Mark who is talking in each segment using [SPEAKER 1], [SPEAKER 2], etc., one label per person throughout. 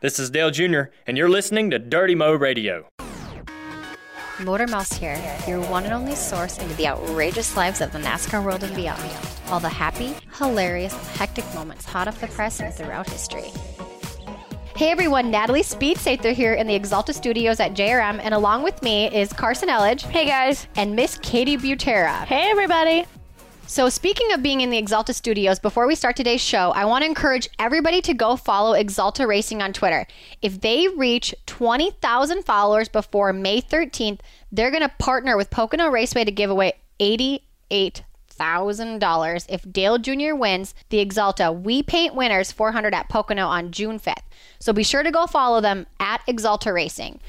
[SPEAKER 1] This is Dale Jr., and you're listening to Dirty Mo Radio.
[SPEAKER 2] Motor Mouse here, your one and only source into the outrageous lives of the NASCAR world and beyond. All the happy, hilarious, and hectic moments hot off the press and throughout history. Hey everyone, Natalie Speedsather here in the Exalta Studios at JRM, and along with me is Carson Elledge. Hey guys. And Miss Katie Butera.
[SPEAKER 3] Hey, everybody.
[SPEAKER 2] So, speaking of being in the Exalta Studios, before we start today's show, I want to encourage everybody to go follow Exalta Racing on Twitter. If they reach 20,000 followers before May 13th, they're going to partner with Pocono Raceway to give away $88,000 if Dale Jr. wins the Exalta We Paint Winners 400 at Pocono on June 5th. So, be sure to go follow them at Exalta Racing.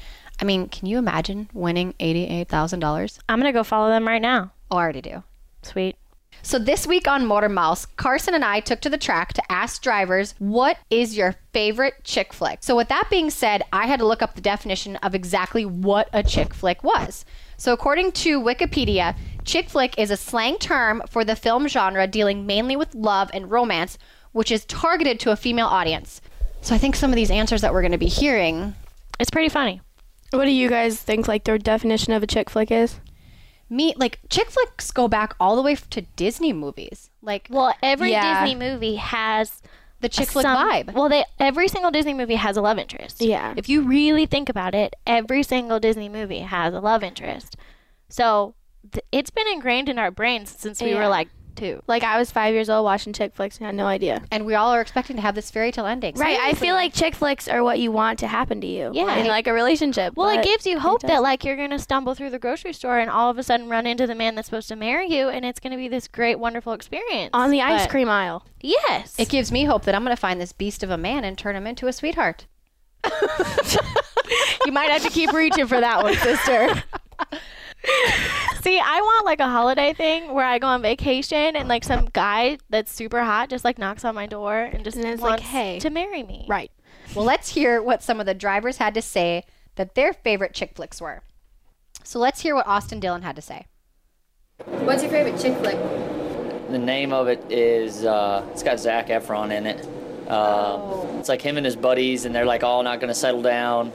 [SPEAKER 2] I mean, can you imagine winning $88,000?
[SPEAKER 3] I'm going to go follow them right now.
[SPEAKER 2] Oh, I already do.
[SPEAKER 3] Sweet.
[SPEAKER 2] So this week on Motor Mouse, Carson and I took to the track to ask drivers, what is your favorite chick flick? So with that being said, I had to look up the definition of exactly what a chick flick was. So according to Wikipedia, chick flick is a slang term for the film genre dealing mainly with love and romance, which is targeted to a female audience. So I think some of these answers that we're going to be hearing
[SPEAKER 3] It's pretty funny.
[SPEAKER 4] What do you guys think like their definition of a chick flick is?
[SPEAKER 2] me like chick flicks go back all the way to Disney movies. Like
[SPEAKER 3] Well, every
[SPEAKER 4] Yeah.
[SPEAKER 3] Disney movie has
[SPEAKER 2] the chick flick
[SPEAKER 3] some-
[SPEAKER 2] vibe.
[SPEAKER 3] Well, they every single Disney movie has a love interest.
[SPEAKER 4] Yeah.
[SPEAKER 3] If you really think about it, every single Disney movie has a love interest. So th- it's been ingrained in our brains since we were
[SPEAKER 4] Yeah.
[SPEAKER 3] like two.
[SPEAKER 4] Like I was five years old watching chick flicks and had no idea.
[SPEAKER 2] and we all are expecting to have this fairy tale ending. So
[SPEAKER 4] Right. I feel like chick flicks are what you want to happen to you.
[SPEAKER 3] Yeah.
[SPEAKER 4] In like a relationship.
[SPEAKER 3] Well, it
[SPEAKER 4] but-
[SPEAKER 3] gives you hope that like you're gonna stumble through the grocery store and all of a sudden run into the man that's supposed to marry you, and it's gonna be this great, wonderful experience
[SPEAKER 4] on the ice
[SPEAKER 2] but-
[SPEAKER 4] cream aisle.
[SPEAKER 3] Yes.
[SPEAKER 2] It gives me hope that I'm going to find this beast of a man and turn him into a sweetheart.
[SPEAKER 4] You might have to keep reaching for that one, sister.
[SPEAKER 3] See, I want like a holiday thing where I go on vacation and like some guy that's super hot just like knocks on my door and just
[SPEAKER 4] And it's like,
[SPEAKER 3] wants
[SPEAKER 4] "Hey."
[SPEAKER 3] to marry me.
[SPEAKER 4] right.
[SPEAKER 2] Well, let's hear what some of the drivers had to say that their favorite chick flicks were. So let's hear what Austin Dillon had to say.
[SPEAKER 5] What's your favorite chick flick?
[SPEAKER 6] The name of it is uh, it's got Zach Efron in it. Uh, It's like him and his buddies, and they're like all not gonna settle down.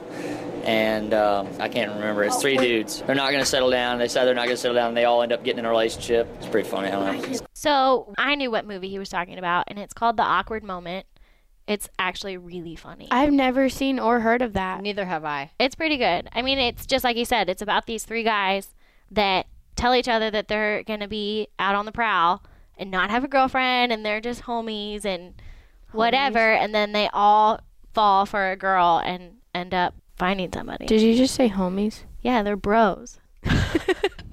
[SPEAKER 6] And um, I can't remember. It's three dudes. They're not gonna settle down. They say they're not gonna settle down, and they all end up getting in a relationship. It's pretty funny. I don't know.
[SPEAKER 3] So I knew what movie he was talking about, and it's called The Awkward Moment. It's actually really funny.
[SPEAKER 4] I've never seen or heard of that.
[SPEAKER 2] Neither have I.
[SPEAKER 3] it's pretty good. I mean, it's just like you said, it's about these three guys that tell each other that they're going to be out on the prowl and not have a girlfriend and they're just homies and whatever. And then they all fall for a girl and end up finding somebody.
[SPEAKER 4] Did you just say homies?
[SPEAKER 3] yeah, they're bros.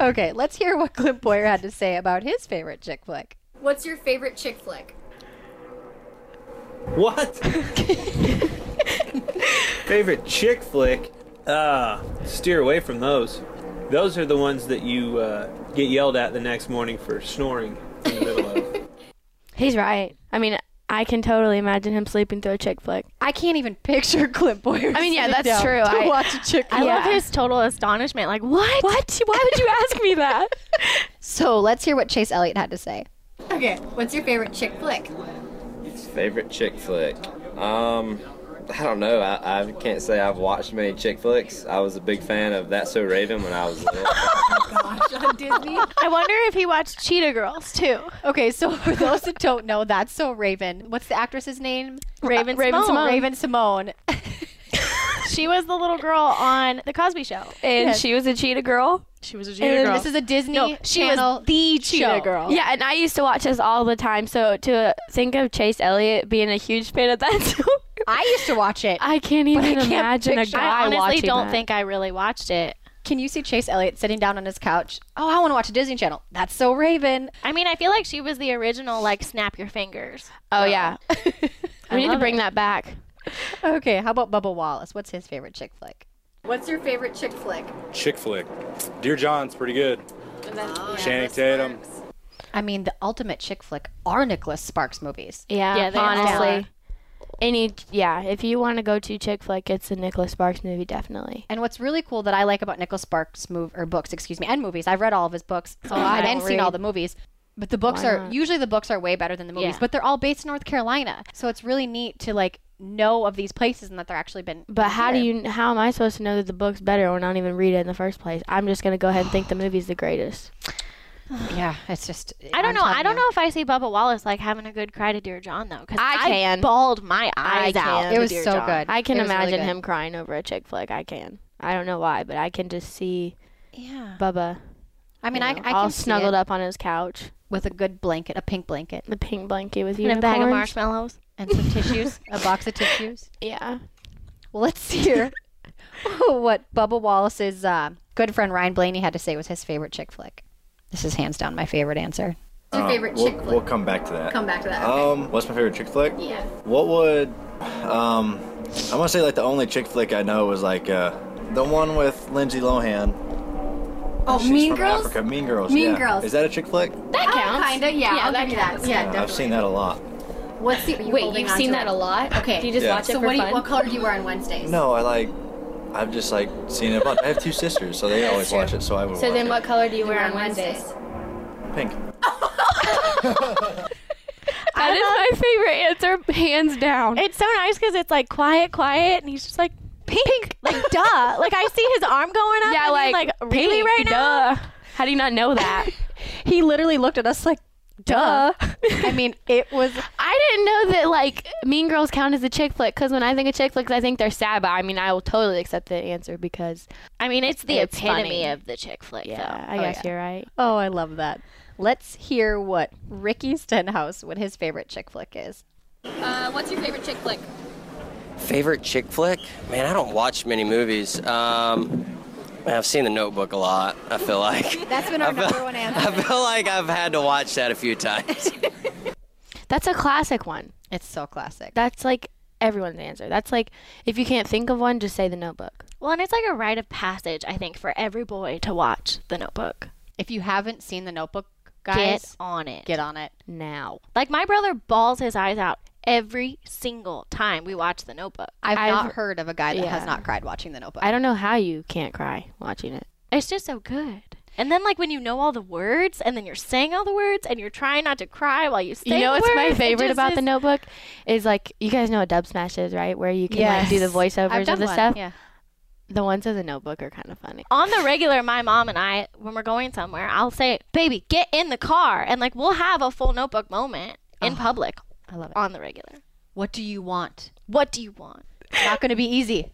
[SPEAKER 2] Okay, let's hear what Clint Boyer had to say about his favorite chick flick.
[SPEAKER 5] What's your favorite chick flick?
[SPEAKER 7] What? Favorite chick flick? Ah, steer away from those. Those are the ones that you uh, get yelled at the next morning for snoring in the middle of.
[SPEAKER 4] He's right. I mean, I can totally imagine him sleeping through a chick flick.
[SPEAKER 2] I can't even picture Clint Boyer.
[SPEAKER 4] I mean, yeah,
[SPEAKER 2] sitting
[SPEAKER 4] that's
[SPEAKER 2] down
[SPEAKER 4] true.
[SPEAKER 2] To
[SPEAKER 4] I-
[SPEAKER 2] watch a chick
[SPEAKER 3] I
[SPEAKER 2] flick.
[SPEAKER 3] love
[SPEAKER 4] Yeah.
[SPEAKER 3] his total astonishment. Like, what?
[SPEAKER 4] What? Why would you ask me that?
[SPEAKER 2] So let's hear what Chase Elliott had to say.
[SPEAKER 5] Okay. What's your favorite chick flick?
[SPEAKER 8] Favorite chick flick? Um, I don't know. I, I can't say I've watched many chick flicks. I was a big fan of That's So Raven when I was little.
[SPEAKER 5] Gosh, on Disney.
[SPEAKER 3] I wonder if he watched Cheetah Girls too.
[SPEAKER 2] Okay, so for those that don't know, that's so Raven. What's the actress's name?
[SPEAKER 3] Raven
[SPEAKER 4] Uh,
[SPEAKER 2] Raven
[SPEAKER 3] Simone.
[SPEAKER 2] Simone. Raven Simone.
[SPEAKER 3] She was the little girl on The Cosby Show.
[SPEAKER 4] And she was a cheetah girl.
[SPEAKER 3] She was a
[SPEAKER 4] And
[SPEAKER 2] This is a Disney
[SPEAKER 3] No, she was
[SPEAKER 2] Channel
[SPEAKER 3] the
[SPEAKER 2] show.
[SPEAKER 3] Cheetah Girl.
[SPEAKER 4] Yeah, and I used to watch this all the time. So to uh, think of Chase Elliott being a huge fan of that, show,
[SPEAKER 2] I used to watch it.
[SPEAKER 4] I can't even
[SPEAKER 2] I can't
[SPEAKER 4] imagine a
[SPEAKER 2] picture-
[SPEAKER 4] guy
[SPEAKER 3] I honestly
[SPEAKER 4] watching
[SPEAKER 3] don't
[SPEAKER 4] that.
[SPEAKER 3] think I really watched it.
[SPEAKER 2] Can you see Chase Elliott sitting down on his couch? Oh, I want to watch a Disney Channel. That's so Raven.
[SPEAKER 3] I mean, I feel like she was the original, like, snap your fingers.
[SPEAKER 4] Oh yeah, we need to
[SPEAKER 3] love
[SPEAKER 4] bring
[SPEAKER 3] it.
[SPEAKER 4] that back.
[SPEAKER 2] Okay, how about Bubba Wallace? What's his favorite chick flick?
[SPEAKER 5] What's your favorite chick flick?
[SPEAKER 9] Chick flick. Dear John's pretty good. Channing Tatum.
[SPEAKER 2] I mean, the ultimate chick flick are Nicholas Sparks movies.
[SPEAKER 4] Yeah,
[SPEAKER 3] Yeah, they all
[SPEAKER 4] honestly, any yeah, if you want to go to chick flick, it's a Nicholas Sparks movie definitely.
[SPEAKER 2] And what's really cool that I like about Nicholas Sparks move or books, excuse me, and movies. I've read all of his books so
[SPEAKER 4] I
[SPEAKER 2] and
[SPEAKER 4] don't
[SPEAKER 2] seen
[SPEAKER 4] read.
[SPEAKER 2] all the movies. But the books
[SPEAKER 4] Why
[SPEAKER 2] are
[SPEAKER 4] not?
[SPEAKER 2] usually the books are way better than the movies.
[SPEAKER 3] Yeah.
[SPEAKER 2] But they're all based in North Carolina, so it's really neat to like know of these places and that they're actually been.
[SPEAKER 4] But how do
[SPEAKER 2] here.
[SPEAKER 4] you? How am I supposed to know that the book's better when I don't even read it in the first place? I'm just gonna go ahead and think the movie's the greatest.
[SPEAKER 2] Yeah, it's just.
[SPEAKER 3] I don't
[SPEAKER 2] I'm
[SPEAKER 3] know.
[SPEAKER 2] telling
[SPEAKER 3] I don't
[SPEAKER 2] you.
[SPEAKER 3] know if I see Bubba Wallace like having a good cry to Dear John though, because
[SPEAKER 4] I
[SPEAKER 3] I,
[SPEAKER 4] can.
[SPEAKER 3] bawled my eyes out.
[SPEAKER 4] can.
[SPEAKER 2] It
[SPEAKER 4] to
[SPEAKER 2] was
[SPEAKER 3] Dear
[SPEAKER 2] so
[SPEAKER 3] John.
[SPEAKER 2] good.
[SPEAKER 4] I can
[SPEAKER 2] It was really
[SPEAKER 4] imagine
[SPEAKER 2] good.
[SPEAKER 4] him crying over a chick flick. I can. I don't know why, but I can just see
[SPEAKER 2] Yeah.
[SPEAKER 4] Bubba.
[SPEAKER 2] I mean,
[SPEAKER 4] you
[SPEAKER 2] I,
[SPEAKER 4] know,
[SPEAKER 2] I
[SPEAKER 4] all
[SPEAKER 2] can
[SPEAKER 4] snuggled
[SPEAKER 2] snuggled up
[SPEAKER 4] up on his couch,
[SPEAKER 2] with a good blanket, a pink blanket,
[SPEAKER 4] the pink blanket with
[SPEAKER 3] And
[SPEAKER 4] unicorns.
[SPEAKER 3] a bag of marshmallows.
[SPEAKER 2] and some tissues, a box of tissues.
[SPEAKER 4] Yeah.
[SPEAKER 2] Well, let's hear what Bubba Wallace's uh, good friend Ryan Blaney had to say was his favorite chick flick. This is hands down my favorite answer.
[SPEAKER 5] What's your favorite
[SPEAKER 10] we'll,
[SPEAKER 5] chick flick?
[SPEAKER 10] well come back to that.
[SPEAKER 5] Come back to that. Okay.
[SPEAKER 10] Um, what's my favorite chick flick?
[SPEAKER 5] yeah.
[SPEAKER 10] What would, um, I'm gonna say like the only chick flick I know was like uh, the one with Lindsay Lohan.
[SPEAKER 5] Oh,
[SPEAKER 10] She's
[SPEAKER 5] Mean
[SPEAKER 10] from
[SPEAKER 5] Girls.
[SPEAKER 10] Africa. Mean Girls.
[SPEAKER 5] Mean
[SPEAKER 10] yeah.
[SPEAKER 5] Girls.
[SPEAKER 10] Is that a chick flick?
[SPEAKER 5] That counts. Kinda. Yeah. I'll give you that. Yeah.
[SPEAKER 10] Yeah,
[SPEAKER 5] Definitely.
[SPEAKER 10] I've seen that a lot.
[SPEAKER 5] What's the? you
[SPEAKER 11] Wait,
[SPEAKER 5] holding
[SPEAKER 11] you've
[SPEAKER 5] on
[SPEAKER 11] seen
[SPEAKER 5] to
[SPEAKER 11] that
[SPEAKER 5] it?
[SPEAKER 11] a lot?
[SPEAKER 5] Okay.
[SPEAKER 11] Do you just
[SPEAKER 10] Yeah.
[SPEAKER 11] watch it
[SPEAKER 5] so
[SPEAKER 11] for
[SPEAKER 5] what, do you,
[SPEAKER 11] fun?
[SPEAKER 5] what color do you wear on Wednesdays?
[SPEAKER 10] No, I like, I've just like seen it a bunch. I have two sisters, so they always watch it. So I would.
[SPEAKER 11] so
[SPEAKER 10] watch
[SPEAKER 11] then
[SPEAKER 10] it.
[SPEAKER 11] what color do you
[SPEAKER 5] You
[SPEAKER 11] wear on Wednesdays?
[SPEAKER 10] Pink.
[SPEAKER 4] That is my favorite answer, hands down.
[SPEAKER 3] It's so nice because it's like quiet, quiet, and he's just like pink, like duh. Like I see his arm going up.
[SPEAKER 4] yeah,
[SPEAKER 3] and I'm
[SPEAKER 4] like,
[SPEAKER 3] like really
[SPEAKER 4] pink,
[SPEAKER 3] right now.
[SPEAKER 4] duh. How do you not know that?
[SPEAKER 2] He literally looked at us like, duh. I mean, it was.
[SPEAKER 4] I didn't know that like Mean Girls count as a chick flick because when I think of chick flicks, I think they're sad. But I mean, I will totally accept the answer because
[SPEAKER 3] I mean, it's the
[SPEAKER 4] It's
[SPEAKER 3] epitome
[SPEAKER 4] funny.
[SPEAKER 3] of the chick flick.
[SPEAKER 4] yeah,
[SPEAKER 3] though.
[SPEAKER 4] I guess you're right.
[SPEAKER 2] Oh, I love that. Let's hear what Ricky Stenhouse, what his favorite chick flick is.
[SPEAKER 5] Uh, what's your favorite chick flick?
[SPEAKER 12] Favorite chick flick? Man, I don't watch many movies. Um, man, I've seen The Notebook a lot. I feel like
[SPEAKER 5] That's been our number one answer.
[SPEAKER 12] I feel like I've had to watch that a few times.
[SPEAKER 4] That's a classic one.
[SPEAKER 2] It's so classic.
[SPEAKER 4] That's like everyone's answer. That's like if you can't think of one, just say The Notebook.
[SPEAKER 3] Well, and it's like a rite of passage, I think, for every boy to watch The Notebook.
[SPEAKER 2] If you haven't seen The Notebook,
[SPEAKER 3] Get
[SPEAKER 2] guys,
[SPEAKER 3] on it.
[SPEAKER 2] get on it.
[SPEAKER 4] Now
[SPEAKER 3] Like my brother bawls his eyes out every single time we watch The Notebook.
[SPEAKER 2] I've,
[SPEAKER 4] I've-
[SPEAKER 2] not heard of a guy that
[SPEAKER 4] yeah.
[SPEAKER 2] has not cried watching The Notebook.
[SPEAKER 4] I don't know how you can't cry watching it.
[SPEAKER 3] It's just so good. And then like when you know all the words, and then you're saying all the words, and you're trying not to cry while you say.
[SPEAKER 4] you know
[SPEAKER 3] the
[SPEAKER 4] what's my
[SPEAKER 3] words, it
[SPEAKER 4] favorite
[SPEAKER 3] just
[SPEAKER 4] about the
[SPEAKER 3] is-
[SPEAKER 4] Notebook is like you guys know what dub smash is, right? Where you can like do the
[SPEAKER 2] Yes. I've
[SPEAKER 4] voiceovers
[SPEAKER 2] done
[SPEAKER 4] of the
[SPEAKER 2] one,
[SPEAKER 4] stuff.
[SPEAKER 2] Yeah.
[SPEAKER 4] The ones of the Notebook are kind of funny.
[SPEAKER 3] on the regular, my mom and I, when we're going somewhere, I'll say, "Baby, get in the car," and like we'll have a full Notebook moment in public.
[SPEAKER 2] I love it.
[SPEAKER 3] On the regular,
[SPEAKER 2] What do you want?
[SPEAKER 3] what do you want?
[SPEAKER 2] It's not going to be easy.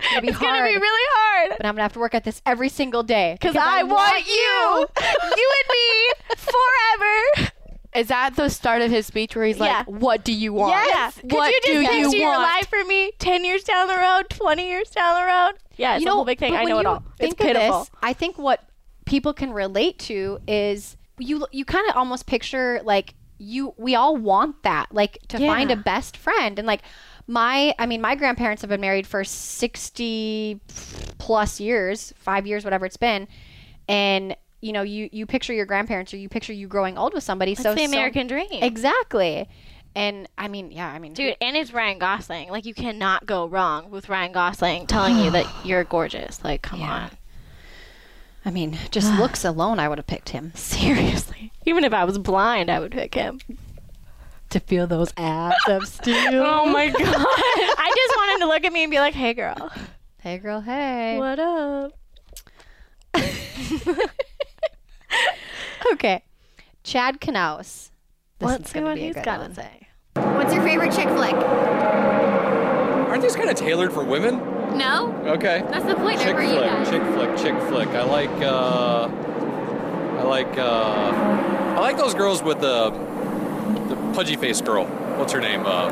[SPEAKER 2] It's going to be
[SPEAKER 3] It's
[SPEAKER 2] hard.
[SPEAKER 3] gonna be really hard.
[SPEAKER 2] but I'm going to have to work at this every single day.
[SPEAKER 3] Because I, want you, you and me, forever.
[SPEAKER 4] Is that the start of his speech where he's like,
[SPEAKER 3] Yeah.
[SPEAKER 4] "What do you want?
[SPEAKER 3] Yes. Could
[SPEAKER 4] What
[SPEAKER 3] you just
[SPEAKER 4] do
[SPEAKER 3] picture
[SPEAKER 4] you
[SPEAKER 3] your
[SPEAKER 4] want?"
[SPEAKER 3] life for me ten years down the road, twenty years down the road? Yeah, it's
[SPEAKER 2] you
[SPEAKER 3] a
[SPEAKER 2] know,
[SPEAKER 3] whole big thing.
[SPEAKER 2] but
[SPEAKER 3] I
[SPEAKER 2] when
[SPEAKER 3] know it
[SPEAKER 2] you
[SPEAKER 3] all. It's
[SPEAKER 2] Think of
[SPEAKER 3] pitiful.
[SPEAKER 2] This, I think what people can relate to is you. You kind of almost picture like you. We all want that, like to find a best friend, and like my. I mean, my grandparents have been married for sixty plus years, five years, whatever it's been, and you know, you you picture your grandparents or you picture you growing old with somebody. so
[SPEAKER 3] That's the
[SPEAKER 2] so-
[SPEAKER 3] American dream.
[SPEAKER 2] exactly. And I mean, yeah, I mean,
[SPEAKER 3] Dude, and it's Ryan Gosling. Like you cannot go wrong with Ryan Gosling telling you that you're gorgeous. Like, come on.
[SPEAKER 2] I mean, just looks alone, I would have picked him.
[SPEAKER 3] Seriously. Even if I was blind, I would pick him.
[SPEAKER 2] to feel those abs of steel.
[SPEAKER 3] Oh my god. I just want him to look at me and be like, "Hey girl.
[SPEAKER 2] Hey, girl, hey.
[SPEAKER 3] What up?"
[SPEAKER 2] Okay. Chad Knaus. This
[SPEAKER 3] Let's
[SPEAKER 2] is
[SPEAKER 3] see
[SPEAKER 2] gonna
[SPEAKER 3] what
[SPEAKER 2] be a
[SPEAKER 3] he's
[SPEAKER 2] good
[SPEAKER 3] got
[SPEAKER 2] one.
[SPEAKER 3] to say.
[SPEAKER 5] What's your favorite chick flick?
[SPEAKER 9] Aren't these kind of tailored for women?
[SPEAKER 11] No,
[SPEAKER 9] Okay.
[SPEAKER 11] that's the point.
[SPEAKER 9] Chick
[SPEAKER 11] Over you
[SPEAKER 9] flick,
[SPEAKER 11] guys.
[SPEAKER 9] chick flick, chick flick. I like, uh, I like, uh, I like those girls with the, the pudgy faced girl. What's her name? Uh,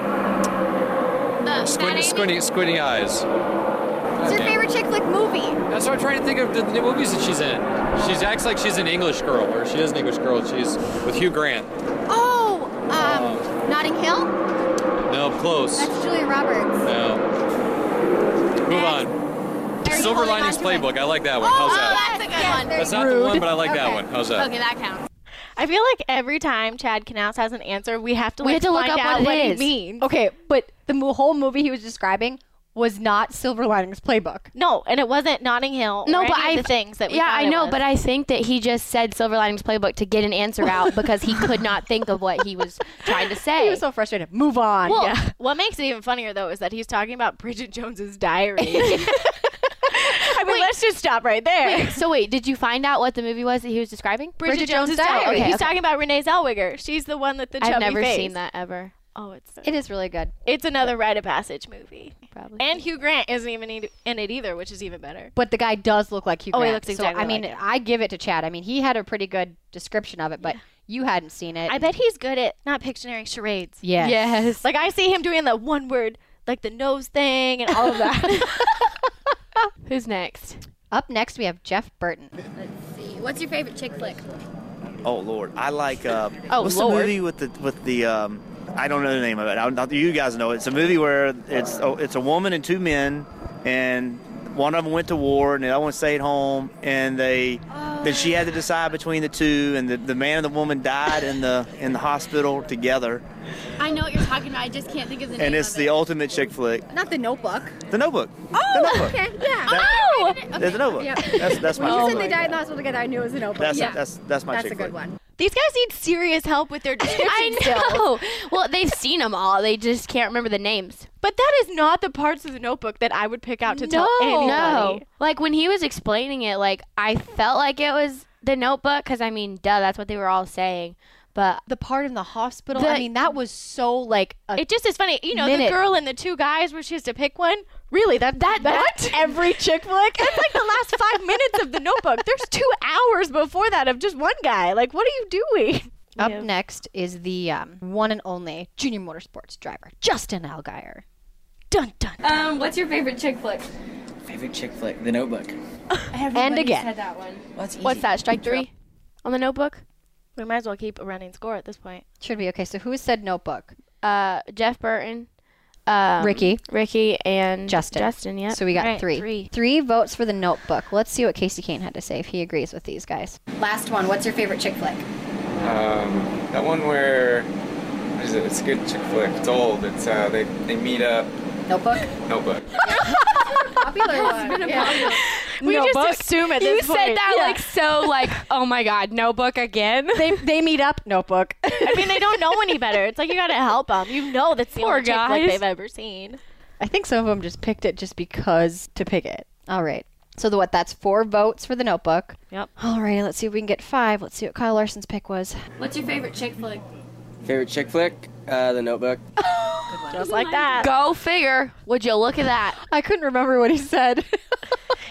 [SPEAKER 11] Uh, Fat
[SPEAKER 9] squinty,
[SPEAKER 11] Amy?
[SPEAKER 9] squinty, squinty eyes.
[SPEAKER 5] What's your favorite chick flick movie?
[SPEAKER 9] That's what I'm trying to think of the, the movies that she's in. She acts like she's an English girl, or she is an English girl. She's with Hugh Grant.
[SPEAKER 5] Oh, um, Notting Hill.
[SPEAKER 9] No, close.
[SPEAKER 5] That's Julia Roberts.
[SPEAKER 9] No. Move on.
[SPEAKER 5] Are you
[SPEAKER 9] Silver
[SPEAKER 5] holding
[SPEAKER 9] Linings
[SPEAKER 5] on to it?
[SPEAKER 9] Playbook. I like that
[SPEAKER 5] Oh,
[SPEAKER 9] one. How's that?
[SPEAKER 5] that's a good one.
[SPEAKER 9] Oh, That's not the one, but I like that one. How's that?
[SPEAKER 11] Okay, that counts.
[SPEAKER 3] I feel like every time Chad Knaus has an answer, we have to
[SPEAKER 4] We
[SPEAKER 3] like
[SPEAKER 4] have to look
[SPEAKER 3] find
[SPEAKER 4] up
[SPEAKER 3] out
[SPEAKER 4] what it
[SPEAKER 3] what he
[SPEAKER 4] is.
[SPEAKER 3] means.
[SPEAKER 2] Okay, but the mo- whole movie he was describing was not Silver Linings Playbook.
[SPEAKER 3] No, and it wasn't Notting Hill.
[SPEAKER 4] No,
[SPEAKER 3] or
[SPEAKER 4] but
[SPEAKER 3] any
[SPEAKER 4] I
[SPEAKER 3] of the things that we
[SPEAKER 4] yeah,
[SPEAKER 3] thought
[SPEAKER 4] I
[SPEAKER 3] it
[SPEAKER 4] know,
[SPEAKER 3] was.
[SPEAKER 4] but I think that he just said Silver Linings Playbook to get an answer out because he could not think of what he was trying to say.
[SPEAKER 2] He was so frustrated. Move on.
[SPEAKER 3] Well,
[SPEAKER 2] yeah.
[SPEAKER 3] what makes it even funnier though is that he's talking about Bridget Jones's diary. I mean, let's just stop right there.
[SPEAKER 4] Wait, so wait, did you find out what the movie was that he was describing?
[SPEAKER 3] Bridget, Jones's diary.
[SPEAKER 4] Okay,
[SPEAKER 3] he's
[SPEAKER 4] okay.
[SPEAKER 3] talking about Renee Zellweger. She's the one with the chubby
[SPEAKER 4] I've never
[SPEAKER 3] face.
[SPEAKER 4] seen that ever.
[SPEAKER 3] Oh, it's
[SPEAKER 2] It is really good.
[SPEAKER 3] it's another rite of passage movie.
[SPEAKER 4] Probably.
[SPEAKER 3] And Hugh Grant isn't even e- in it either, which is even better.
[SPEAKER 2] But the guy does look like Hugh
[SPEAKER 3] Oh, he
[SPEAKER 2] Grant.
[SPEAKER 3] looks
[SPEAKER 2] so,
[SPEAKER 3] exactly
[SPEAKER 2] I mean,
[SPEAKER 3] like him.
[SPEAKER 2] I give it to Chad. I mean, he had a pretty good description of it, but you hadn't seen it.
[SPEAKER 3] I bet he's good at not Pictionary charades.
[SPEAKER 2] Yes. Yes.
[SPEAKER 3] Like I see him doing the one word, like the nose thing and all of that.
[SPEAKER 4] Who's next?
[SPEAKER 2] Up next, we have Jeff Burton.
[SPEAKER 5] What's your favorite chick flick?
[SPEAKER 13] Oh Lord, I like. Uh,
[SPEAKER 2] Oh,
[SPEAKER 13] what's
[SPEAKER 2] Lord.
[SPEAKER 13] the movie with the with the? Um, I don't know the name of it. I don't, you guys know it. It's a movie where it's oh, it's a woman and two men, and one of them went to war and the other one stayed home, and they then she had to decide between the two, and the, the man and the woman died in the in the hospital together,
[SPEAKER 11] I know what you're talking about. I just can't think of the
[SPEAKER 13] and
[SPEAKER 11] name.
[SPEAKER 13] it's the ultimate chick flick.
[SPEAKER 5] Not the notebook.
[SPEAKER 13] The Notebook.
[SPEAKER 5] Oh,
[SPEAKER 13] The Notebook.
[SPEAKER 5] okay, yeah.
[SPEAKER 13] Oh!
[SPEAKER 5] Okay, wait a minute.
[SPEAKER 13] There's a Notebook.
[SPEAKER 5] yeah.
[SPEAKER 13] That's- that's
[SPEAKER 5] when
[SPEAKER 13] my
[SPEAKER 5] you
[SPEAKER 13] chick
[SPEAKER 5] said they
[SPEAKER 13] flick.
[SPEAKER 5] died in the hospital together, I knew it was a Notebook.
[SPEAKER 13] That's-
[SPEAKER 5] yeah.
[SPEAKER 13] that's- that's my
[SPEAKER 5] That's
[SPEAKER 13] chick
[SPEAKER 5] a good
[SPEAKER 13] flick.
[SPEAKER 5] one.
[SPEAKER 3] These guys need serious help with their description
[SPEAKER 4] I know. Well, they've seen them all. They just can't remember the names.
[SPEAKER 3] But that is not the parts of the notebook that I would pick out to tell anybody.
[SPEAKER 4] No. Like when he was explaining it, like I felt like it was the notebook because I mean, duh, that's what they were all saying. But
[SPEAKER 2] the part in the hospital, I mean, that was so like. A
[SPEAKER 3] It just is funny, you know, the
[SPEAKER 2] Minute.
[SPEAKER 3] girl and the two guys where she has to pick one. Really, that that that's every chick flick. That's like the last five minutes of the Notebook. There's two hours before that of just one guy. Like, what are you doing?
[SPEAKER 2] Up next is the um, one and only junior motorsports driver, Justin Allgaier.
[SPEAKER 3] Dun dun.
[SPEAKER 11] Um, what's your favorite chick flick?
[SPEAKER 14] Favorite chick flick, The Notebook.
[SPEAKER 4] and again,
[SPEAKER 11] that one.
[SPEAKER 4] what's that? Strike three on the notebook.
[SPEAKER 3] We might as well keep a running score at this point.
[SPEAKER 2] Should be okay. So who said notebook?
[SPEAKER 4] Uh, Jeff Burton, um,
[SPEAKER 2] Ricky.
[SPEAKER 4] Ricky, and
[SPEAKER 2] Justin.
[SPEAKER 4] Justin, yeah.
[SPEAKER 2] So we got three. three. votes for the notebook. Let's see what Casey Kane had to say if he agrees with these guys.
[SPEAKER 5] Last one. What's your favorite chick flick?
[SPEAKER 15] Um, that one where what is it? It's a good chick flick. It's old. It's uh, they they meet up.
[SPEAKER 5] Notebook.
[SPEAKER 15] Notebook.
[SPEAKER 5] Popular one. Yeah.
[SPEAKER 4] We just
[SPEAKER 3] Notebook?
[SPEAKER 4] assume at
[SPEAKER 3] You
[SPEAKER 4] this
[SPEAKER 3] said
[SPEAKER 4] point.
[SPEAKER 3] that, like,
[SPEAKER 4] so like oh my god notebook again.
[SPEAKER 2] They they meet up notebook.
[SPEAKER 3] I mean, they don't know any better. It's like you gotta help them. You know, that's the
[SPEAKER 4] Poor
[SPEAKER 3] only chick flick
[SPEAKER 4] guys.
[SPEAKER 3] they've ever seen.
[SPEAKER 2] I think some of them just picked it just because to pick it. All right. So the, what? That's four votes for the notebook.
[SPEAKER 3] Yep.
[SPEAKER 2] All right. Let's see if we can get five. Let's see what Kyle Larson's pick was.
[SPEAKER 11] What's your favorite chick flick?
[SPEAKER 12] Favorite chick flick? Uh, the Notebook.
[SPEAKER 3] Just like that.
[SPEAKER 4] Go figure. Would you look at that?
[SPEAKER 2] I couldn't remember what he said.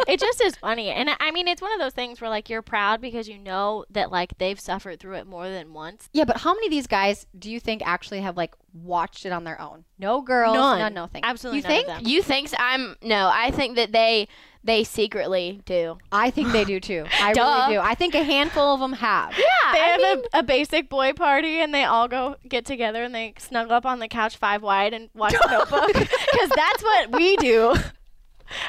[SPEAKER 3] it just is funny. And I- I mean, it's one of those things where like you're proud because you know that like they've suffered through it more than once.
[SPEAKER 2] Yeah, but how many of these guys do you think actually have like watched it on their own? No girls,
[SPEAKER 4] None.
[SPEAKER 2] none, nothing.
[SPEAKER 3] Absolutely
[SPEAKER 2] you
[SPEAKER 3] none of
[SPEAKER 2] think?
[SPEAKER 3] them.
[SPEAKER 4] You think so? I'm no? I think that they they secretly do.
[SPEAKER 2] I think they do too. I
[SPEAKER 4] Duh.
[SPEAKER 2] really do. I think a handful of them have.
[SPEAKER 4] Yeah,
[SPEAKER 3] They have a, a basic boy party and they all go get together and they snuggle up on the couch five wide and watch the notebook because that's what we do.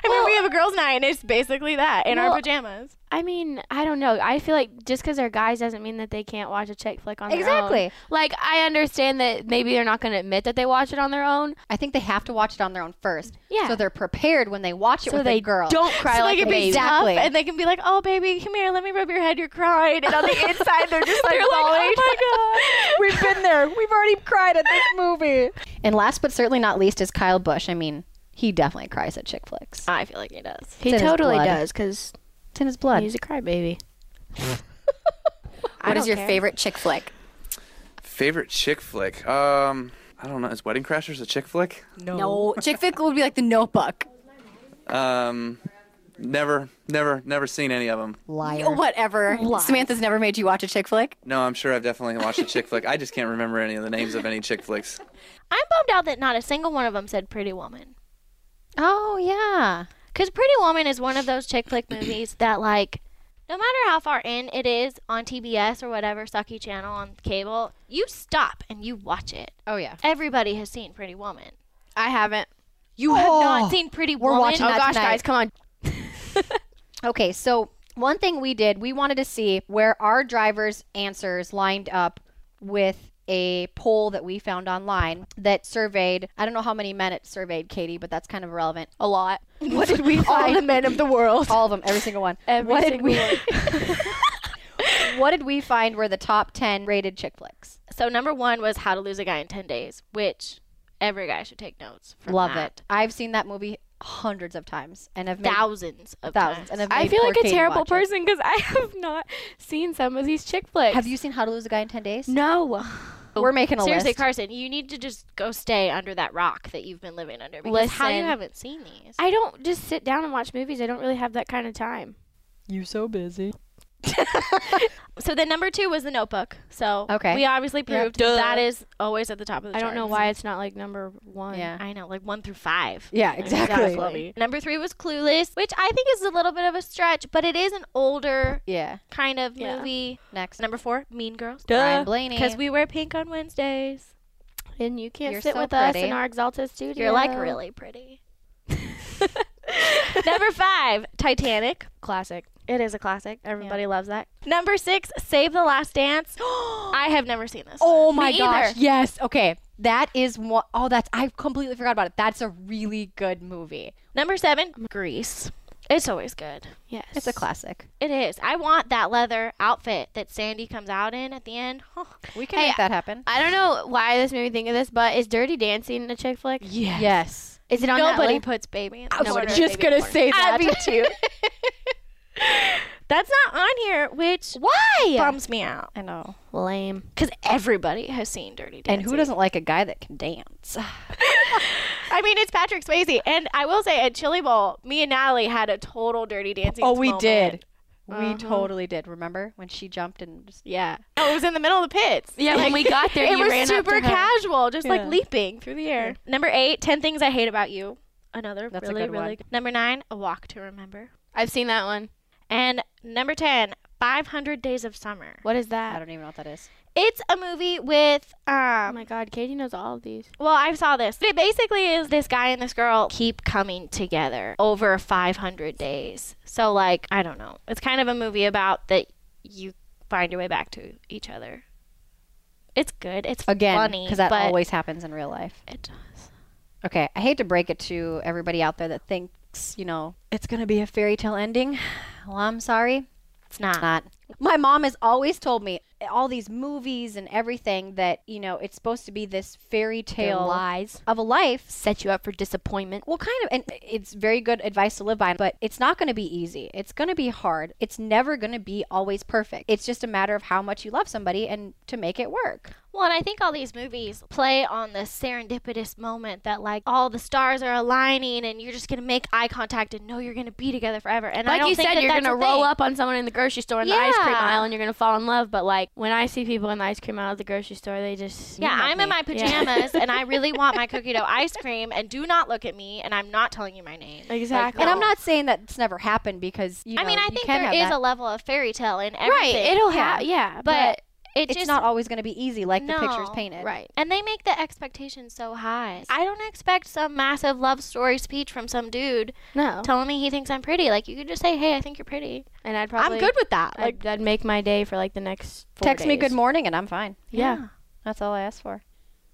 [SPEAKER 3] I mean, we have a girls' night and it's basically that in
[SPEAKER 4] Well,
[SPEAKER 3] our pajamas.
[SPEAKER 4] I mean, I don't know. I feel like just because they're guys doesn't mean that they can't watch a chick flick on their own.
[SPEAKER 2] Exactly.
[SPEAKER 4] Like I understand that maybe they're not going to admit that they watch it on their own.
[SPEAKER 2] I think they have to watch it on their own first.
[SPEAKER 4] Yeah.
[SPEAKER 2] So they're prepared when they watch it
[SPEAKER 4] So
[SPEAKER 2] with
[SPEAKER 4] they
[SPEAKER 2] a girl.
[SPEAKER 4] don't cry
[SPEAKER 3] So
[SPEAKER 4] like
[SPEAKER 3] they can
[SPEAKER 4] a
[SPEAKER 3] be
[SPEAKER 4] baby.
[SPEAKER 2] Exactly.
[SPEAKER 3] tough and they can be like, "Oh, baby, come here, let me rub your head. You're crying." And on the inside, they're just like,
[SPEAKER 4] They're like,
[SPEAKER 3] bawling.
[SPEAKER 2] We've been there. We've already cried at this movie. And last but certainly not least is Kyle Bush. I mean, he definitely cries at chick flicks.
[SPEAKER 3] I feel like he does.
[SPEAKER 4] He
[SPEAKER 2] It's in his
[SPEAKER 4] totally
[SPEAKER 2] blood.
[SPEAKER 4] does because
[SPEAKER 2] It's in his blood.
[SPEAKER 4] he's a crybaby.
[SPEAKER 5] What is
[SPEAKER 4] don't
[SPEAKER 5] your
[SPEAKER 4] care.
[SPEAKER 5] favorite chick flick?
[SPEAKER 16] Favorite chick flick? Um, I don't know. Is Wedding Crashers a chick flick?
[SPEAKER 5] No. Chick flick would be like the Notebook.
[SPEAKER 16] Um, never, never, never seen any of them.
[SPEAKER 2] Liar.
[SPEAKER 5] Whatever. Samantha's never made you watch a chick flick.
[SPEAKER 16] No, I'm sure I've definitely watched a chick flick. I just can't remember any of the names of any chick flicks.
[SPEAKER 3] I'm bummed out that not a single one of them said Pretty Woman.
[SPEAKER 2] Oh yeah.
[SPEAKER 3] Because Pretty Woman is one of those chick flick movies that, like, no matter how far in it is on TBS or whatever sucky channel on cable, you stop and you watch it.
[SPEAKER 2] Oh yeah.
[SPEAKER 3] Everybody has seen Pretty Woman.
[SPEAKER 4] I haven't.
[SPEAKER 3] You have
[SPEAKER 2] Oh,
[SPEAKER 3] not seen Pretty
[SPEAKER 2] we're
[SPEAKER 3] Woman.
[SPEAKER 4] Oh,
[SPEAKER 3] Oh,
[SPEAKER 2] watching that tonight.
[SPEAKER 4] on.
[SPEAKER 2] Okay, so one thing we did, we wanted to see where our driver's answers lined up with a poll that we found online that surveyed, I don't know how many men it surveyed, Katie, but that's kind of irrelevant. A lot. What did we
[SPEAKER 4] All
[SPEAKER 2] find?
[SPEAKER 4] the men of the world.
[SPEAKER 2] All of them, every single one.
[SPEAKER 4] Every
[SPEAKER 2] what
[SPEAKER 4] single
[SPEAKER 2] did we What did we find were the top 10 rated chick flicks?
[SPEAKER 3] So number one was How to Lose a Guy in Ten Days, which every guy should take notes. From
[SPEAKER 4] Uh-huh.
[SPEAKER 2] Love
[SPEAKER 3] that.
[SPEAKER 2] it. I've seen that movie hundreds of times and have made
[SPEAKER 3] Thousands of
[SPEAKER 2] thousands and have
[SPEAKER 3] times.
[SPEAKER 4] I
[SPEAKER 2] made
[SPEAKER 4] feel
[SPEAKER 2] poor
[SPEAKER 4] like a
[SPEAKER 2] Katie
[SPEAKER 4] terrible
[SPEAKER 2] watch it.
[SPEAKER 4] person because I have not seen some of these chick flicks.
[SPEAKER 2] Have you seen How to Lose a Guy in 10 Days?
[SPEAKER 4] No.
[SPEAKER 2] We're making a
[SPEAKER 3] Seriously,
[SPEAKER 2] list.
[SPEAKER 3] Carson, you need to just go stay under that rock that you've been living under because how you
[SPEAKER 4] Listen.
[SPEAKER 3] haven't seen these.
[SPEAKER 4] I don't just sit down and watch movies. I don't really have that kind of time.
[SPEAKER 3] You're so busy. so then number two was the Notebook. So
[SPEAKER 4] Okay.
[SPEAKER 3] we obviously
[SPEAKER 4] Yep.
[SPEAKER 3] proved
[SPEAKER 4] Duh.
[SPEAKER 3] that is always at the top of the.
[SPEAKER 4] I don't know
[SPEAKER 3] charts.
[SPEAKER 4] why it's not like number one.
[SPEAKER 3] Yeah. I know, like one through five.
[SPEAKER 2] Yeah,
[SPEAKER 3] I mean, that was
[SPEAKER 2] exactly.
[SPEAKER 3] lovely. Number three was Clueless, which I think is a little bit of a stretch, but it is an older
[SPEAKER 2] Yeah.
[SPEAKER 3] kind of
[SPEAKER 2] Yeah.
[SPEAKER 3] movie.
[SPEAKER 2] Next.
[SPEAKER 3] Number four, Mean Girls.
[SPEAKER 2] Duh. Ryan Blaney.
[SPEAKER 3] Because we wear pink on Wednesdays.
[SPEAKER 4] And you can't
[SPEAKER 3] You're
[SPEAKER 4] sit
[SPEAKER 3] so
[SPEAKER 4] with us
[SPEAKER 3] pretty.
[SPEAKER 4] in our Exalted studio.
[SPEAKER 3] You're like really pretty. Number five, Titanic.
[SPEAKER 4] Classic.
[SPEAKER 3] It is a classic. Everybody loves that. Number six, Save the Last Dance. I have never seen this.
[SPEAKER 2] Oh
[SPEAKER 3] one.
[SPEAKER 2] my
[SPEAKER 3] Me
[SPEAKER 2] gosh.
[SPEAKER 3] either.
[SPEAKER 2] Yes. Okay. That is one oh that's I completely forgot about it. That's a really good movie.
[SPEAKER 3] Number seven, Grease. It's always good.
[SPEAKER 4] Yes.
[SPEAKER 2] It's a classic.
[SPEAKER 3] It is. I want that leather outfit that Sandy comes out in at the end. Huh.
[SPEAKER 2] We can
[SPEAKER 4] Hey,
[SPEAKER 2] make that happen.
[SPEAKER 4] I don't know why this made me think of this, but is Dirty Dancing a chick flick?
[SPEAKER 2] Yes.
[SPEAKER 4] Is it on that
[SPEAKER 3] Nobody
[SPEAKER 4] list?
[SPEAKER 3] puts baby in
[SPEAKER 4] I was
[SPEAKER 3] Nobody puts
[SPEAKER 4] just
[SPEAKER 3] baby in
[SPEAKER 4] gonna
[SPEAKER 3] porn.
[SPEAKER 4] say that.
[SPEAKER 3] I mean, too. That's not on here, which why bums me out. I know,
[SPEAKER 4] lame.
[SPEAKER 3] Because everybody has seen Dirty Dancing,
[SPEAKER 2] And who doesn't like a guy that can dance?
[SPEAKER 3] I mean, it's Patrick Swayze, and I will say at Chili Bowl, me and Allie had a total Dirty Dancing.
[SPEAKER 2] oh, we
[SPEAKER 3] moment.
[SPEAKER 2] did. We
[SPEAKER 3] Uh-huh.
[SPEAKER 2] totally did. Remember when she jumped and just
[SPEAKER 3] Yeah. Oh, it was in the middle of the pits.
[SPEAKER 4] Yeah, when we got there,
[SPEAKER 3] it
[SPEAKER 4] you
[SPEAKER 3] was
[SPEAKER 4] ran up to
[SPEAKER 3] super
[SPEAKER 4] her.
[SPEAKER 3] casual, just
[SPEAKER 4] Yeah.
[SPEAKER 3] like leaping through the air. Number eight, Ten Things I Hate About You. Another
[SPEAKER 4] That's a
[SPEAKER 3] really,
[SPEAKER 4] good
[SPEAKER 3] really
[SPEAKER 4] one.
[SPEAKER 3] good. Number nine, A Walk to Remember.
[SPEAKER 4] I've seen that one.
[SPEAKER 3] And number 10, 500 Days of Summer.
[SPEAKER 4] What is that? I
[SPEAKER 2] don't even know what that is.
[SPEAKER 3] It's a movie with um Oh
[SPEAKER 4] my god, Katie knows all of these.
[SPEAKER 3] Well, I saw this. It basically is this guy and this girl keep coming together over 500 days. So like, I don't know. It's kind of a movie about that you find your way back to each other. It's good. It's
[SPEAKER 2] again
[SPEAKER 3] funny
[SPEAKER 2] because that
[SPEAKER 3] but
[SPEAKER 2] always happens in real life.
[SPEAKER 3] It does.
[SPEAKER 2] Okay, I hate to break it to everybody out there that thinks you know it's gonna be a fairy tale ending. Well, I'm sorry,
[SPEAKER 3] it's not.
[SPEAKER 2] not. My mom has always told me all these movies and everything that you know it's supposed to be this fairy tale
[SPEAKER 4] lies.
[SPEAKER 2] of a life
[SPEAKER 4] set you up for disappointment.
[SPEAKER 2] Well, kind of, and it's very good advice to live by, but it's not going to be easy. It's going to be hard. It's never going to be always perfect. It's just a matter of how much you love somebody and to make it work.
[SPEAKER 3] Well, and I think all these movies play on the serendipitous moment that like all the stars are aligning and you're just gonna make eye contact and know you're gonna be together forever. And I
[SPEAKER 4] like
[SPEAKER 3] don't
[SPEAKER 4] you
[SPEAKER 3] think
[SPEAKER 4] said,
[SPEAKER 3] that
[SPEAKER 4] you're
[SPEAKER 3] that's
[SPEAKER 4] gonna
[SPEAKER 3] a
[SPEAKER 4] roll
[SPEAKER 3] thing.
[SPEAKER 4] up on someone in the grocery store in the ice cream
[SPEAKER 3] Yeah.
[SPEAKER 4] aisle, and you're gonna fall in love. But like when I see people in the ice cream aisle at the grocery store, they just
[SPEAKER 3] Yeah,
[SPEAKER 4] mean like
[SPEAKER 3] I'm in
[SPEAKER 4] me.
[SPEAKER 3] my
[SPEAKER 4] Yeah.
[SPEAKER 3] pajamas and I really want my cookie dough ice cream and do not look at me and I'm not telling you my name.
[SPEAKER 4] Exactly.
[SPEAKER 2] And I'm not saying that it's never happened because you
[SPEAKER 3] Oh. I mean,
[SPEAKER 2] know,
[SPEAKER 3] I
[SPEAKER 2] you
[SPEAKER 3] think
[SPEAKER 2] can
[SPEAKER 3] there
[SPEAKER 2] have
[SPEAKER 3] is
[SPEAKER 2] that.
[SPEAKER 3] a level of fairy tale in
[SPEAKER 4] right.
[SPEAKER 3] everything.
[SPEAKER 4] It'll have yeah,
[SPEAKER 3] but,
[SPEAKER 4] but,
[SPEAKER 3] it
[SPEAKER 2] it's
[SPEAKER 3] just
[SPEAKER 2] not always going to be easy like the pictures
[SPEAKER 3] No.
[SPEAKER 2] painted.
[SPEAKER 4] right.
[SPEAKER 3] And they make the expectations so high. I don't expect some massive love story speech from some dude
[SPEAKER 4] No,
[SPEAKER 3] telling me he thinks I'm pretty. Like you could just say, "Hey, I think you're pretty."
[SPEAKER 4] and I'd probably
[SPEAKER 2] good with that.
[SPEAKER 4] I'd,
[SPEAKER 2] Like-
[SPEAKER 4] that'd make my day for like the next. Four
[SPEAKER 2] Text me
[SPEAKER 4] days.
[SPEAKER 2] good morning and I'm fine.
[SPEAKER 4] Yeah.
[SPEAKER 2] That's all I ask for.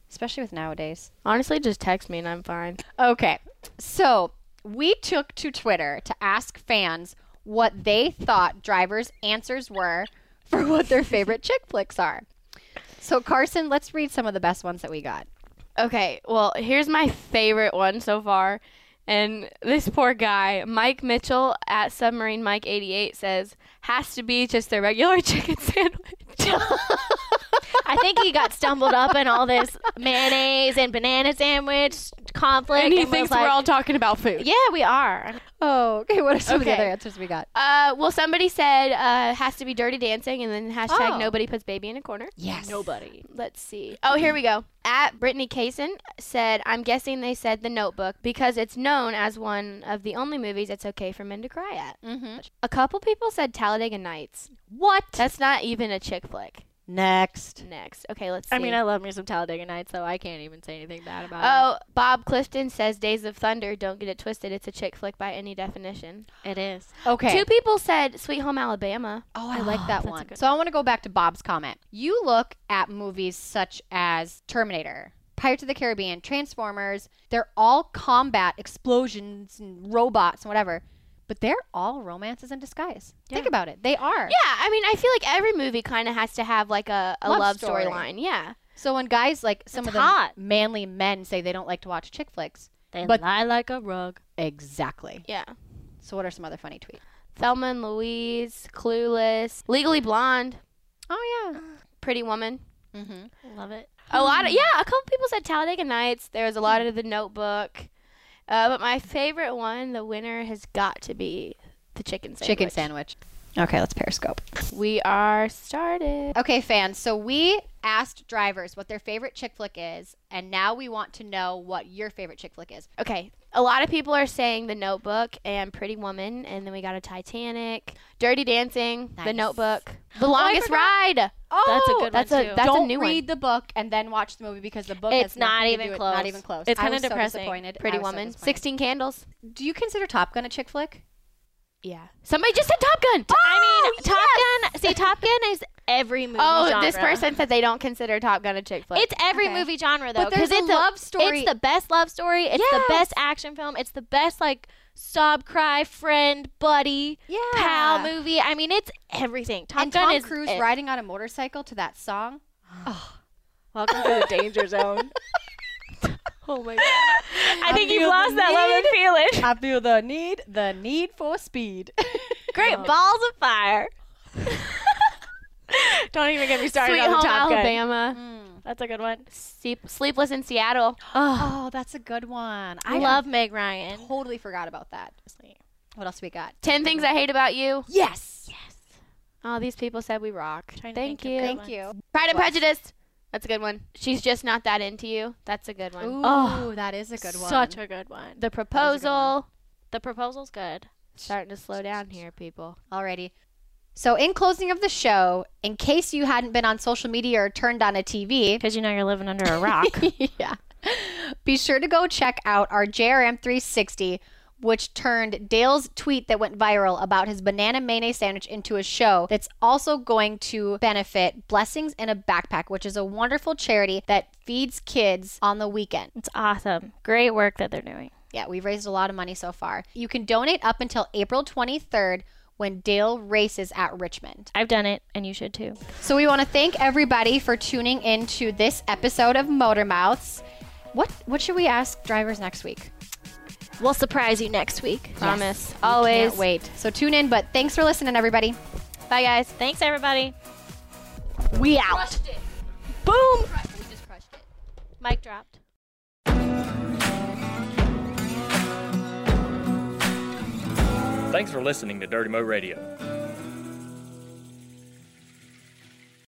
[SPEAKER 2] Especially with nowadays.
[SPEAKER 4] Honestly, just text me and I'm fine.
[SPEAKER 2] Okay. So we took to Twitter to ask fans what they thought drivers' answers were for what their favorite chick flicks are. So, Carson, let's read some of the best ones that we got.
[SPEAKER 4] Okay, well, here's my favorite one so far. And this poor guy, Mike Mitchell at Submarine Mike 88 says, has to be just a regular chicken sandwich.
[SPEAKER 3] I think he got stumbled up in all this mayonnaise and banana sandwich conflict.
[SPEAKER 4] and he
[SPEAKER 3] was
[SPEAKER 4] thinks
[SPEAKER 3] like,
[SPEAKER 4] we're all talking about food.
[SPEAKER 3] Yeah, we are.
[SPEAKER 2] Oh, okay. What are some of the
[SPEAKER 4] Okay.
[SPEAKER 2] other answers we got?
[SPEAKER 4] Uh, well, somebody said uh, has to be dirty dancing, and then hashtag
[SPEAKER 2] Oh.
[SPEAKER 4] nobody puts baby in a corner.
[SPEAKER 2] Yes.
[SPEAKER 3] Nobody.
[SPEAKER 4] Let's see. Oh, here we go. At Brittany Kaysen said, I'm guessing they said The Notebook because it's known as one of the only movies it's okay for men to cry at.
[SPEAKER 2] Mm-hmm.
[SPEAKER 4] A couple people said Talladega Nights.
[SPEAKER 2] What?
[SPEAKER 4] That's not even a chick flick.
[SPEAKER 2] Next.
[SPEAKER 4] Next. Okay, let's see.
[SPEAKER 3] I mean, I love me some Talladega Nights, so I can't even say anything bad about it.
[SPEAKER 4] Oh, Bob Clifton says Days of Thunder. Don't get it twisted. It's a chick flick by any definition.
[SPEAKER 3] It is.
[SPEAKER 2] Okay.
[SPEAKER 4] Two people said Sweet Home Alabama.
[SPEAKER 2] Oh, I like that one. So I want to go back to Bob's comment. You look at movies such as Terminator, Pirates of the Caribbean, Transformers, they're all combat, explosions, and robots, and whatever. But they're all romances in disguise. Think about it. They are.
[SPEAKER 4] Yeah, I mean, I feel like every movie kind of has to have like a, a love, storyline. Yeah.
[SPEAKER 2] So when guys like some
[SPEAKER 4] That's
[SPEAKER 2] of the
[SPEAKER 4] hot.
[SPEAKER 2] manly men say they don't like to watch chick flicks,
[SPEAKER 3] They
[SPEAKER 2] but
[SPEAKER 3] lie like a rug.
[SPEAKER 2] Exactly.
[SPEAKER 4] Yeah.
[SPEAKER 2] So what are some other funny tweets?
[SPEAKER 4] Thelma and Louise, Clueless, Legally Blonde.
[SPEAKER 2] Oh yeah.
[SPEAKER 4] Pretty Woman. Mm.
[SPEAKER 2] Mm-hmm.
[SPEAKER 3] Love it.
[SPEAKER 4] A lot of yeah, a couple people said Talladega Nights. There was a lot of The Notebook, uh, but my favorite one, the winner, has got to be the chicken sandwich.
[SPEAKER 2] Chicken sandwich. Okay, let's periscope.
[SPEAKER 4] We are started.
[SPEAKER 2] Okay, fans. So we asked drivers what their favorite chick flick is, and now we want to know what your favorite chick flick is.
[SPEAKER 4] Okay, a lot of people are saying The Notebook and Pretty Woman, and then we got a Titanic, Dirty Dancing, The
[SPEAKER 2] Nice.
[SPEAKER 4] Notebook, The
[SPEAKER 2] Oh, I
[SPEAKER 4] Longest
[SPEAKER 2] forgot.
[SPEAKER 4] Ride.
[SPEAKER 2] Oh,
[SPEAKER 4] that's a good that's
[SPEAKER 2] one
[SPEAKER 4] A,
[SPEAKER 2] too.
[SPEAKER 4] that's
[SPEAKER 2] Don't
[SPEAKER 4] a new
[SPEAKER 2] read the book and then watch the movie because the book
[SPEAKER 4] It's
[SPEAKER 2] has nothing
[SPEAKER 4] not
[SPEAKER 2] to
[SPEAKER 4] even
[SPEAKER 2] do with-
[SPEAKER 4] close.
[SPEAKER 2] Not even close.
[SPEAKER 4] It's
[SPEAKER 2] I
[SPEAKER 4] kinda
[SPEAKER 2] was so
[SPEAKER 4] depressing.
[SPEAKER 2] disappointed. I
[SPEAKER 4] Pretty
[SPEAKER 2] was so
[SPEAKER 4] Woman,
[SPEAKER 2] disappointed.
[SPEAKER 4] 16 Candles.
[SPEAKER 2] Do you consider Top Gun a chick flick?
[SPEAKER 4] one. Yeah. Somebody just said Top Gun.
[SPEAKER 3] I mean, Top Gun. See, Top Gun is every movie.
[SPEAKER 4] Oh, this
[SPEAKER 3] genre.
[SPEAKER 4] person said they don't consider Top Gun a chick flick.
[SPEAKER 3] It's every
[SPEAKER 4] Okay.
[SPEAKER 3] movie genre though,
[SPEAKER 4] But there's
[SPEAKER 3] because
[SPEAKER 4] a
[SPEAKER 3] it's
[SPEAKER 4] love story-
[SPEAKER 3] It's the best love story. It's the
[SPEAKER 4] Yes.
[SPEAKER 3] best action film. It's the best like sob cry friend buddy
[SPEAKER 2] yeah.
[SPEAKER 3] pal movie. I mean, it's everything. Top
[SPEAKER 2] and
[SPEAKER 3] Gun
[SPEAKER 2] Tom
[SPEAKER 3] is
[SPEAKER 2] Cruise
[SPEAKER 3] it.
[SPEAKER 2] riding on a motorcycle to that song.
[SPEAKER 3] Welcome to the danger zone.
[SPEAKER 4] oh my
[SPEAKER 3] god! I think
[SPEAKER 2] feel
[SPEAKER 3] you've
[SPEAKER 2] the
[SPEAKER 3] lost that love and
[SPEAKER 2] need.
[SPEAKER 3] feeling.
[SPEAKER 2] I feel the need, the need for speed.
[SPEAKER 3] Great balls of fire. Don't even get me started
[SPEAKER 4] Sweet
[SPEAKER 3] on the
[SPEAKER 4] Home
[SPEAKER 3] Top Gun.
[SPEAKER 4] Alabama.
[SPEAKER 3] That's a good one.
[SPEAKER 4] Sleep, Sleepless in Seattle.
[SPEAKER 2] Oh, that's a good one.
[SPEAKER 3] I love Meg Ryan.
[SPEAKER 2] Totally forgot about that. What else we got?
[SPEAKER 4] Ten Things I Hate About You.
[SPEAKER 2] Yes.
[SPEAKER 4] Yes. Oh, these people said we rock.
[SPEAKER 3] Trying to
[SPEAKER 4] Thank
[SPEAKER 3] think of
[SPEAKER 4] you.
[SPEAKER 3] good Thank ones. you.
[SPEAKER 4] Pride and
[SPEAKER 3] What?
[SPEAKER 4] Prejudice. That's a good one. She's just not that into you. That's a good one.
[SPEAKER 2] Ooh, that is a good one.
[SPEAKER 3] Such a good one.
[SPEAKER 4] The proposal.
[SPEAKER 3] The proposal's good.
[SPEAKER 4] Starting to slow down here, people.
[SPEAKER 2] Alrighty. So, in closing of the show, in case you hadn't been on social media or turned on a TV,
[SPEAKER 3] because you know you're living under a rock.
[SPEAKER 2] yeah. Be sure to go check out our JRM 360, which turned Dale's tweet that went viral about his banana mayonnaise sandwich into a show that's also going to benefit Blessings in a Backpack, which is a wonderful charity that feeds kids on the weekend.
[SPEAKER 3] It's awesome. Great work that they're doing.
[SPEAKER 2] Yeah, we've raised a lot of money so far. You can donate up until April 23rd when Dale races at Richmond.
[SPEAKER 3] I've done it, and you should too.
[SPEAKER 2] So we want to thank everybody for tuning in to this episode of Motor Mouths. What what should we ask drivers next week?
[SPEAKER 3] We'll surprise you next week.
[SPEAKER 2] Promise.
[SPEAKER 3] Always.
[SPEAKER 2] Can't wait. So tune in, but thanks for listening, everybody.
[SPEAKER 3] Bye, guys. Thanks, everybody.
[SPEAKER 2] We out. Boom.
[SPEAKER 3] Mic dropped.
[SPEAKER 1] Thanks for listening to Dirty Mo Radio.